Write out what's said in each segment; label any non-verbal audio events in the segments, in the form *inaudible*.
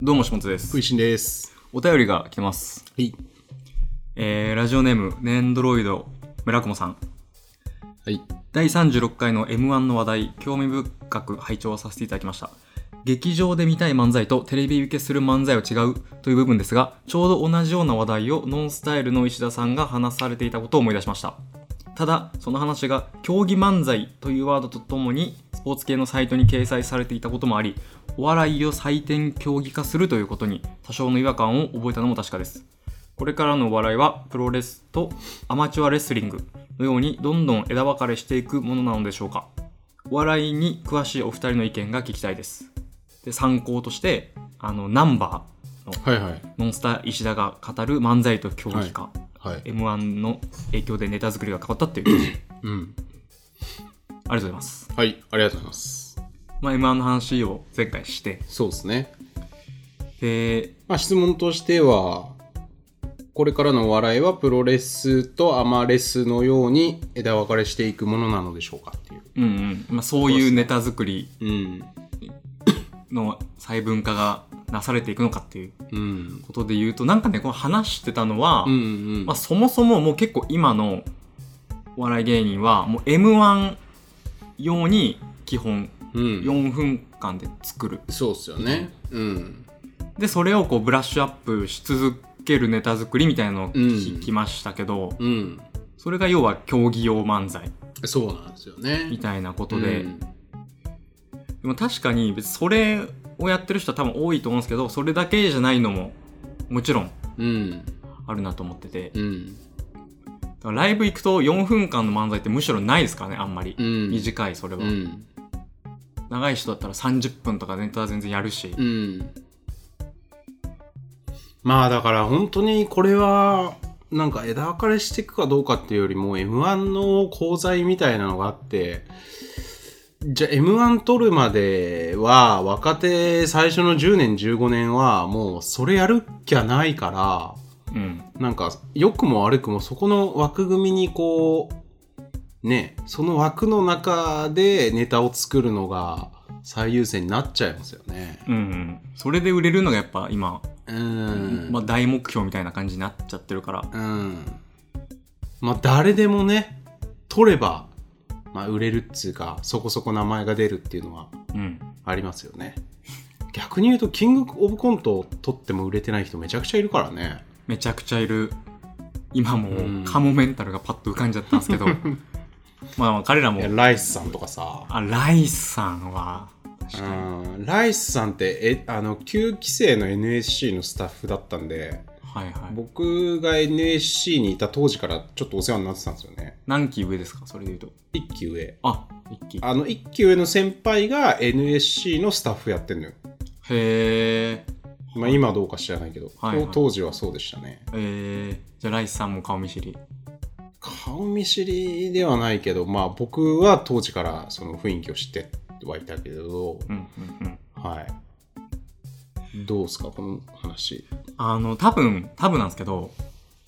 どうも、しもつです食。いしんです。お便りが来てます。はい。えー、ラジオネーム、ネンドロイド、村雲さん。はい。第36回の M1 の話題、興味深く拝聴させていただきました。劇場で見たい漫才とテレビ受けする漫才は違うという部分ですが、ちょうど同じような話題をノンスタイルの石田さんが話されていたことを思い出しました。ただ、その話が競技漫才というワードとともに、スポーツ系のサイトに掲載されていたこともあり、お笑いを採点競技化するということに多少の違和感を覚えたのも確かです。これからのお笑いはプロレスとアマチュアレスリングのようにどんどん枝分かれしていくものなのでしょうかお笑いに詳しいお二人の意見が聞きたいですで参考としてあのナンバはいはい。ーノンスター石田が語る漫才と競技化、はい。 m 1の影響でネタ作りが変わったっていうありうん。がとうございます、はい。ありがとうございます。まあ、m 1の話を前回してそうですね。でまあ質問としては、これからのお笑いはプロレスとアマレスのように枝分かれしていくものなのでしょうかっていう。うんうん、まあ、そういうネタ作りうん。の細分化がなされていくのかっていううん。ことで言うとなんかねこの話してたのは、うんうん。まあ、そもそももう結構今のお笑い芸人はもう m 1用に基本うん。 4分間で作るそうっすよね。うん。でそれをこうブラッシュアップし続けるネタ作りみたいなのをう聞んきましたけど、うん。それが要は競技用漫才そうなんですよね。みたいなことで、うんでも確かに別にそれをやってる人は多分多いと思うんですけどそれだけじゃないのももちろんうん。あるなと思っててう、ん。だからライブ行くと4分間の漫才ってむしろないですからねあんまり、うん。短いそれは。うん。長い人だったら30分とかネタ全然やるし、うん。まあだから本当にこれは、なんか枝分かれしていくかどうかっていうよりも M1 の功罪みたいなのがあって、じゃあ M1 取るまでは若手最初の10年15年はもうそれやるっきゃないから、うん、なんか良くも悪くもそこの枠組みにこうねその枠の中でネタを作るのが最優先になっちゃいますよね。うんうんそれで売れるのがやっぱ今、うん、まあ、大目標みたいな感じになっちゃってるからうん、まあ誰でもね取れば、まあ、売れるっつうかそこそこ名前が出るっていうのはうんありますよね。逆に言うとキングオブコントを取っても売れてない人めちゃくちゃいるからね。めちゃくちゃいる今うもんうカモメンタルがパッと浮かんじゃったん *laughs* ですけどまあまあ彼らもいやライスさんとかさ。あライスさんは確かにうんライスさんってえあの9期生の NSC のスタッフだったんではいはい僕が NSC にいた当時からちょっとお世話になってたんですよね何期上ですかそれで言うと1期上あ一期へあの1期上の先輩が NSC のスタッフやってんのよ、えまあ、今どうか知らないけど、はいはい当時はそうでしたねえー、じゃあライスさんも顔見知り顔見知りではないけどまあ僕は当時からその雰囲気を知ってはいたけど、うんうんうんはいどうですかこの話あの、多分、多分なんですけど、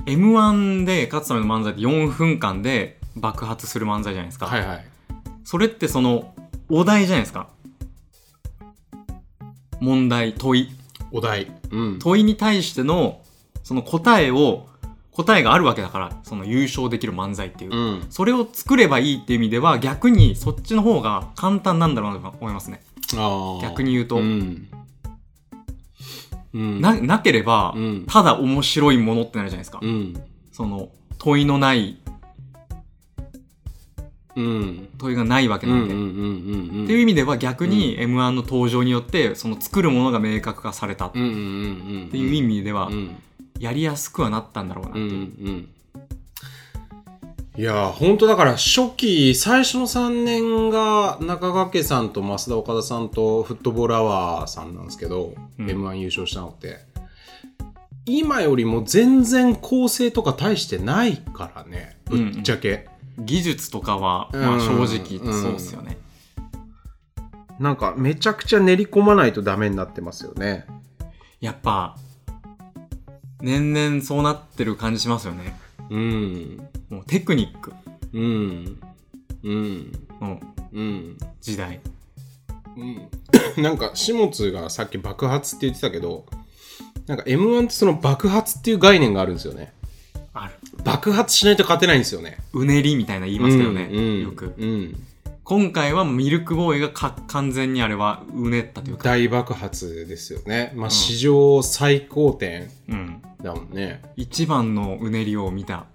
M1 で勝つための漫才って4分間で爆発する漫才じゃないですか。はいはいそれってその、お題じゃないですか。問題、問い。お題うん問いに対しての、その答えを、答えがあるわけだから、その優勝できる漫才っていう。うんそれを作ればいいっていう意味では、逆にそっちの方が簡単なんだろうなと思いますね。あー逆に言うと。うんうんな、なければ、うんただ面白いものってなるじゃないですか。うんその、問いのないうん問いがないわけうんうなんんで、っうんうんていう意味では逆に m 1の登場によってその作るものが明確化されたっうんうんうんうんていう意味でうはんやりやすくはなったんだろうなっうてんういう、んいやー本当だから初期最初の3年が中川家さんと増田岡田さんとフットボールアワーさんなんですけど、うん m 1優勝したのって今よりも全然構成とか大してないからねぶっちゃけ、技術とかはまあ正直そうですよね、なんかめちゃくちゃ練り込まないとダメになってますよねやっぱ年々そうなってる感じしますよねうんもうテクニックうんうんのうん時代うん、なんか始末がさっき爆発って言ってたけどなんか m 1ってその爆発っていう概念があるんですよねある爆発しないと勝てないんですよねうねりみたいな言いますけどね、うんうんよくうん、今回はミルクボーイがか完全にあれはうねったというか、大爆発ですよねまあ、ん史上最高点うん、だもんね一番のうねりを見た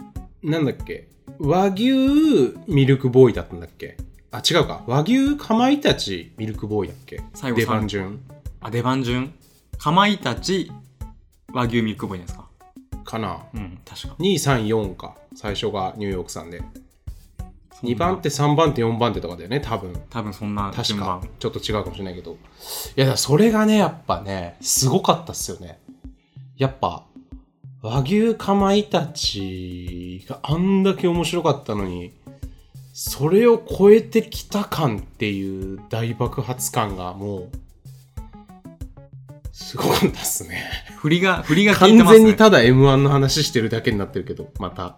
なんだっけ和牛ミルクボーイだったんだっけあ違うか和牛かまいたちミルクボーイだっけ最後出番順あ出番順かまいたち和牛ミルクボーイですかかなうん確か234か最初がニューヨークさんでそんな2番手3番手4番手とかだよね多分多分そんな確順か番ちょっと違うかもしれないけどいやだからそれがねやっぱねすごかったっすよねやっぱ和牛かまいたちがあんだけ面白かったのにそれを超えてきた感っていう大爆発感がもうすごかったっ *laughs* すね振りが振りが効いて完ます全にねただ m 1の話してるだけになってるけどまた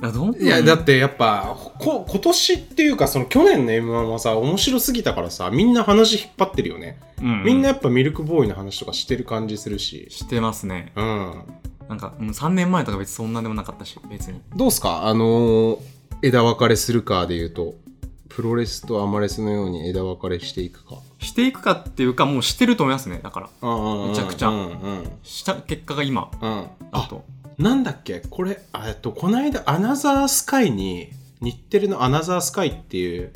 いやどんどんいや、だってやっぱ、こ、今年っていうか、その去年の M1 はさ、面白すぎたからさ、みんな話引っ張ってるよね。ううみんなやっぱミルクボーイの話とかしてる感じするし。してますねうん。なんか、うん、3年前とか別にそんなでもなかったし別にどうすかあのー枝分かれするかで言うと、プロレスとアマレスのように枝分かれしていくか。していくかっていうかもうしてると思いますねだからうんめちゃくちゃうんうん。した結果が今うん。ああ、となんだっけこれ、あえっと、この間、アナザースカイに、日テレのアナザースカイっていう、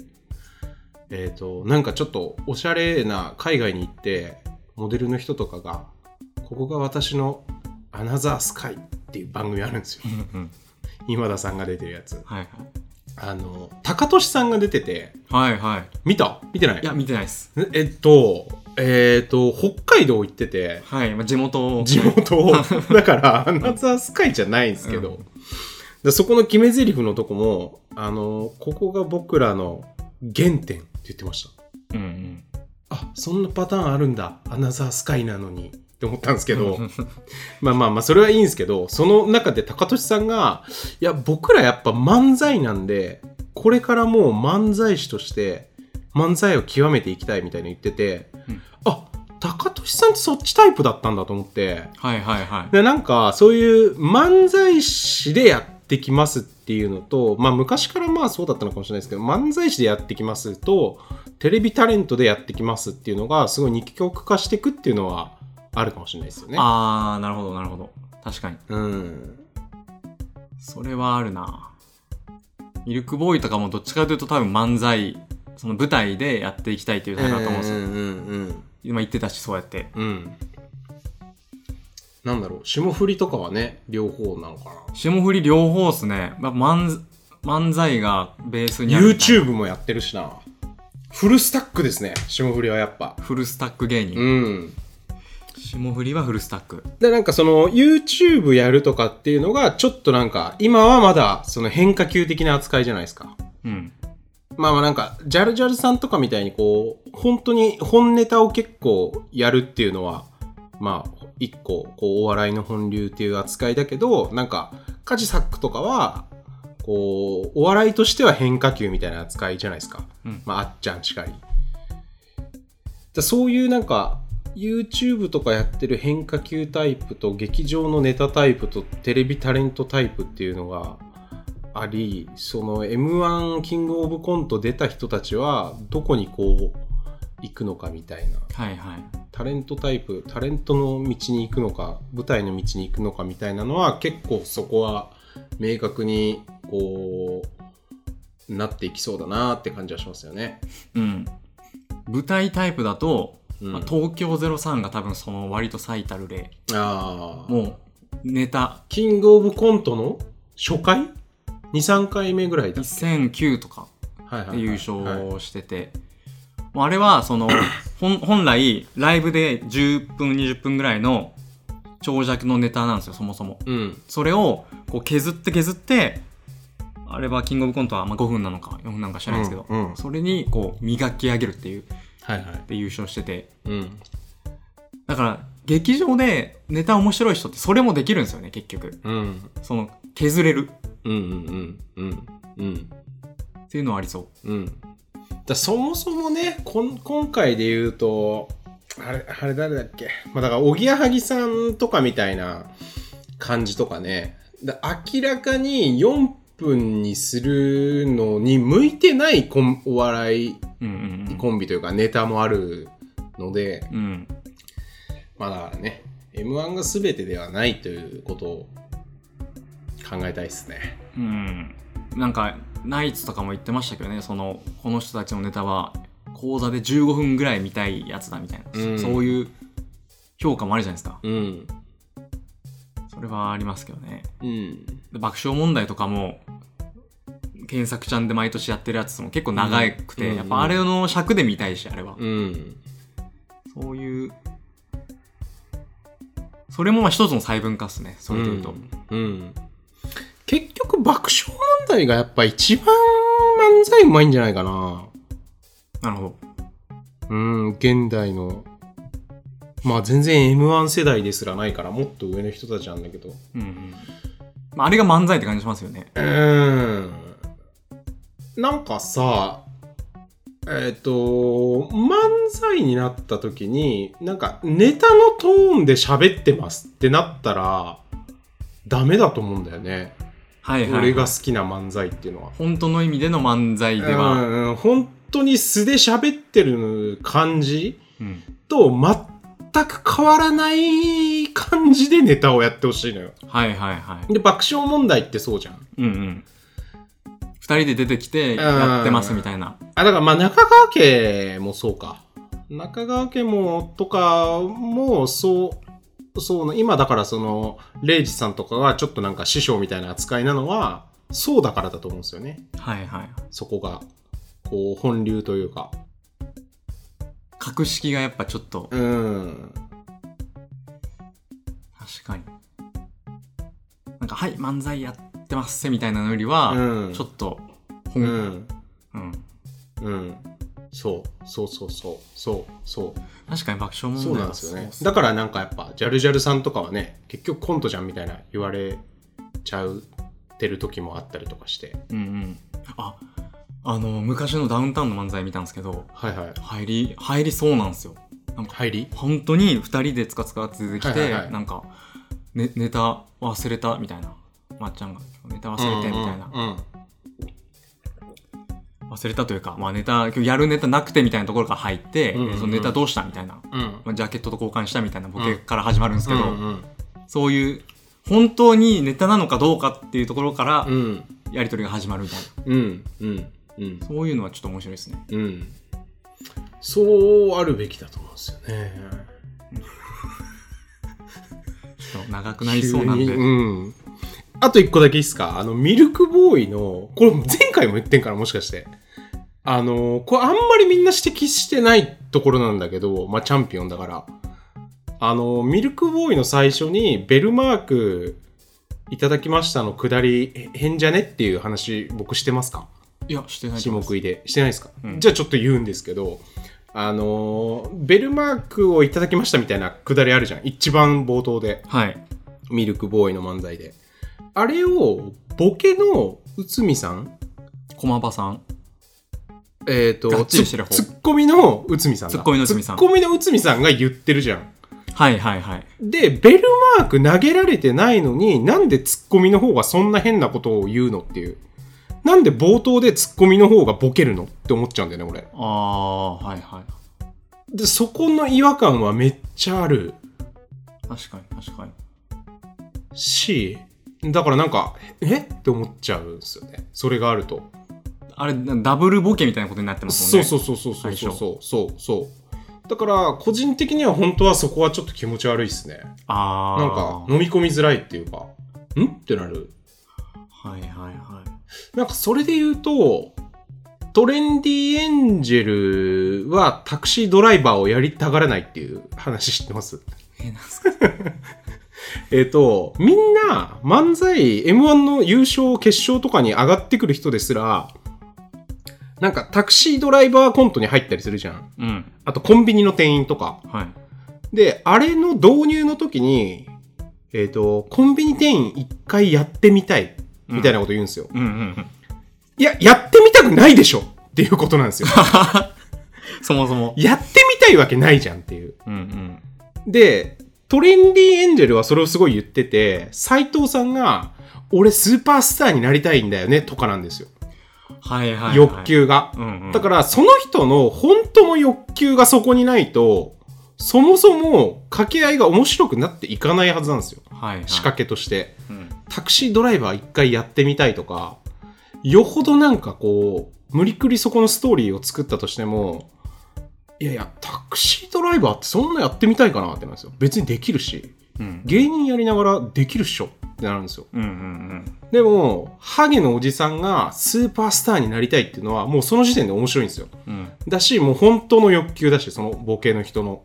えっ、と、なんかちょっとおしゃれな海外に行って、モデルの人とかが、ここが私のアナザースカイっていう番組あるんですよ *laughs* う。んうん今田さんが出てるやつ。はいあの、高俊さんが出てて、はいはいはい見た見てないいや見てないですえっと、えっ、と、北海道行ってて、はい、まあ、地元を地 *laughs* 元をだからアナザースカイじゃないんですけど、でそこの決め台詞のとこもあのここが僕らの原点って言ってましたうんうんあそんなパターンあるんだアナザースカイなのにって思ったんですけどうん *laughs* まあまあまあそれはいいんですけどその中で高俊さんがいや僕らやっぱ漫才なんでこれからもう漫才師として漫才を極めていきたいみたいに言ってて、うんあ高俊さんってそっちタイプだったんだと思ってはいはいはいでなんかそういう漫才師でやってきますっていうのと、まあ、昔からまあそうだったのかもしれないですけど漫才師でやってきますとテレビタレントでやってきますっていうのがすごい二極化していくっていうのはあるかもしれないですよね。ああなるほどなるほど確かにうん、それはあるなミルクボーイとかもどっちかというと多分漫才その舞台でやっていきたいというタイプだと思うんですよ、うんうん今言ってたしそうやってうんうんなんだろう霜降りとかはね両方なのかな霜降り両方っすね、まあ、漫漫才がベースにあるみたいな YouTube もやってるしなフルスタックですね霜降りはやっぱフルスタック芸人、うん霜降りはフルスタックで、なんかその YouTube やるとかっていうのが、ちょっとなんか、今はまだその変化球的な扱いじゃないですか。うんまあまあなんか、ジャルジャルさんとかみたいにこう、本当に本ネタを結構やるっていうのは、まあ、一個、こう、お笑いの本流っていう扱いだけど、なんか、カジサックとかは、こう、お笑いとしては変化球みたいな扱いじゃないですか。うんまあ、あっちゃん近い。だそういうなんか YouTube とかやってる変化球タイプと劇場のネタタイプとテレビタレントタイプっていうのがありその m 1キングオブコント出た人たちはどこにこう行くのかみたいなはいはいタレントタイプタレントの道に行くのか舞台の道に行くのかみたいなのは結構そこは明確にこうなっていきそうだなって感じはしますよね。うん舞台タイプだと、うん、まあ、東京03が多分その割と最たる例あーもうネタキングオブコントの初回 ?2、3回目ぐらいだっけ2009とかはいはいはでい優はい勝してて、もうあれはその *coughs* 本本来ライブで10分20分ぐらいの長尺のネタなんですよそもそもうん。それをこう削って削ってあれはキングオブコントはまあ5分なのか4分なのか知らないですけど、うんうんそれにこう磨き上げるっていうはいはい。で優勝しててうん。だから劇場でネタ面白い人ってそれもできるんですよね結局うん。その削れるうんうんうんうん。うん。っていうのはありそううん。だそもそもねこん今回で言うとあれあれ誰だっけ、まあ、だからおぎやはぎさんとかみたいな感じとかねだ明らかに4分にするのに向いてないコンお笑いうんうんコンビというかネタもあるので、うんうんまあだからね m 1が全てではないということを考えたいですねうんなんかナイツとかも言ってましたけどねそのこの人たちのネタは講座で15分ぐらい見たいやつだみたいな、うんそういう評価もあるじゃないですかうんそれはありますけどねうんで爆笑問題とかも検索ちゃんで毎年やってるやつも結構長くて、うんやっぱあれの尺で見たいしあれは、うんそういうそれもまあ一つの細分化っすねそれでいうと、うんうん結局爆笑問題がやっぱ一番漫才うまいんじゃないかななるほどうん現代のまあ全然 m 1世代ですらないからもっと上の人たちなんだけどうんうんまあ、あれが漫才って感じしますよねうーんなんかさ、えっ、と、漫才になった時に、なんかネタのトーンで喋ってますってなったら、ダメだと思うんだよね。はいはい、俺が好きな漫才っていうのは。本当の意味での漫才では、うん、本当に素で喋ってる感じうんと全く変わらない感じでネタをやってほしいのよ。はいはいはで、爆笑問題ってそうじゃん。いうんうん2人で出てきてやってますみたいなあ、だからまあ中川家もそうか。中川家もとかもそう、そうな、今だからその、レイジさんとかがちょっとなんか師匠みたいな扱いなのは、そうだからだと思うんですよね。はいはいそこが。こう、本流というか。格式がやっぱちょっとうん。確かになんか「はい漫才やってます」みたいなのよりは、うん。ちょっとう本ん。うんうん。そう、そうそうそう、そう、そう。確かに爆笑問題そうなんはですよそうねっ。だからなんかやっぱ、ジャルジャルさんとかはね、結局コントじゃんみたいな言われちゃうてる時もあったりとかして。うんうんああの昔のダウンタウンの漫才見たんですけどはいはい。入り入りそうなんですよなんか入り本当に2人でつかつか続きて、はいはいはいなんか、ね、ネタ忘れたみたいなまっちゃんがネタ忘れてみたいな、うんうん忘れたというか、まあ、ネタ今日やるネタなくてみたいなところから入って、うんうんうんそのネタどうしたみたいな、うんうんまあ、ジャケットと交換したみたいなボケから始まるんですけど、うんそういう本当にネタなのかどうかっていうところからうんやり取りが始まるみたいな、うんうんうんそういうのはちょっと面白いですねうんそうあるべきだと思うんですよねちょっと長くなりそうなんで、急にうんあと一個だけいいっすかあのミルクボーイのこれ前回も言ってんからもしかしてあのこれあんまりみんな指摘してないところなんだけどまあチャンピオンだからあのミルクボーイの最初にベルマークいただきましたのくだりへ変じゃねっていう話僕してますかいやしてないと下思います食いでしてないですか、うんじゃあちょっと言うんですけどあのーベルマークをいただきましたみたいなくだりあるじゃん一番冒頭ではいミルクボーイの漫才であれをボケの内海さん駒場さんえっ、とがっちりしてる方ツツッコミの内海さんがツッコミの内海さんツッコミの内海さんが言ってるじゃんはいはいはいでベルマーク投げられてないのになんでツッコミの方がそんな変なことを言うのっていうなんで冒頭でツッコミの方がボケるのって思っちゃうんだよね俺ああはいはいでそこの違和感はめっちゃある確かに確かにしだからなんかえって思っちゃうんですよねそれがあると、あれダブルボケみたいなことになってますもんそうねそうそうそうそうそうそ相うそうそうそうだから個人的には本当はそこはちょっと気持ち悪いですねああなんか飲み込みづらいっていうかんってなるはいはいはなんかそれで言うとトレンディエンジェルはタクシードライバーをやりたがらないっていう話知ってますいえなんすかえっ、と、みんな漫才 M1 の優勝決勝とかに上がってくる人ですら、なんかタクシードライバーコントに入ったりするじゃん。うんあとコンビニの店員とか。はいで、あれの導入の時に、えっ、と、コンビニ店員一回やってみたい、みたいなこと言うんですよ。 *laughs* うんうんうんいや、やってみたくないでしょっっていうことなん *laughs* ですよ。そもそも。やってみたいわけないじゃんっていう。うんうん。で、トレンディエンジェルはそれをすごい言ってて、斎藤さんが、俺スーパースターになりたいんだよねとかなんですよ。はいはい、はい。欲。求が。うん、うん。だから、その人の本当の欲求がそこにないと、そもそも掛け合いが面白くなっていかないはずなんですよ。ら、はい、はい。仕掛けとして。うん。タクシードライバー一回やってみたいとか、よほどなんかこう、無理くりそこのストーリーを作ったとしても、いやいや、タクシードライバーってそんなやってみたいかなってなるんですよ。別にできるし、うん。芸人やりながらできるっしょってなるんですよ。うんうんでも、ハゲのおじさんがスーパースターになりたいっていうのは、もうその時点で面白いんですよ。うん。うん。だし、もう本当の欲求だし、そのボケの人の。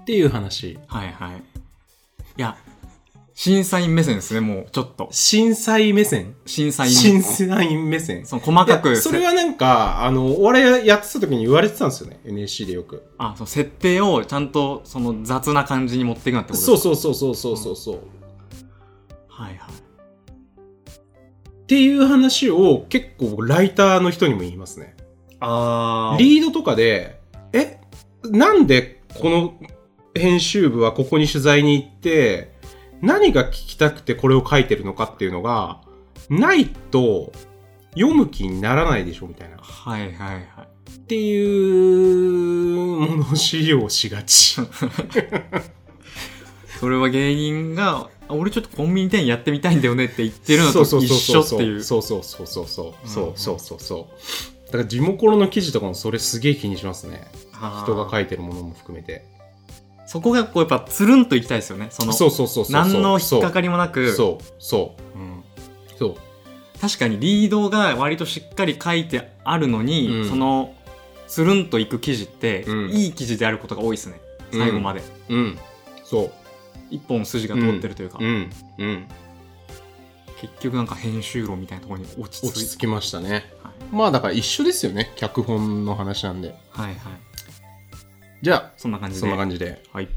っていう話。はいはい。いや、審査員目線ですね、もう、ちょっと。審査員目線審査員。審査員目線。その細かいく、やそれはなんか、あの、お笑いやってた時に言われてたんですよね。NSC でよく。あ、その設定をちゃんと、その雑な感じに持っていくなってことそうう。そうそうそうそうそうそう。っはいはい。ていう話を結構ライターの人にも言いますね。あー。リードとかで、え、なんでこの編集部はここに取材に行って、何が聞きたくてこれを書いてるのかっていうのが、ないと読む気にならないでしょみたいな。っはいはいはい。ていうものを資料しがち。それは芸人が、あ俺ちょっとコンビニ店やってみたいんだよねって言ってるのと一緒っていう。そうそうそうそうそううんそううんそうそうそうだから地元の記事とかもそれすげえ気にしますねあー人が書いてるものも含めてそこがこうやっぱつるんといきたいですよね。その、そうそうそうそう何の引っかかりりもなく。そうそううんそう確かにリードが割としっかり書いてあるのに、うんそのつるんといく記事って、うんいい記事であることが多いですね最後まで、そううんそう一本筋が通ってるというか、うんうん結局なんか編集論みたいなところに落ち落着いちて着きましたねはいまあだから一緒ですよね脚本の話なんではいはいじゃあそんな感じでそんな感じではい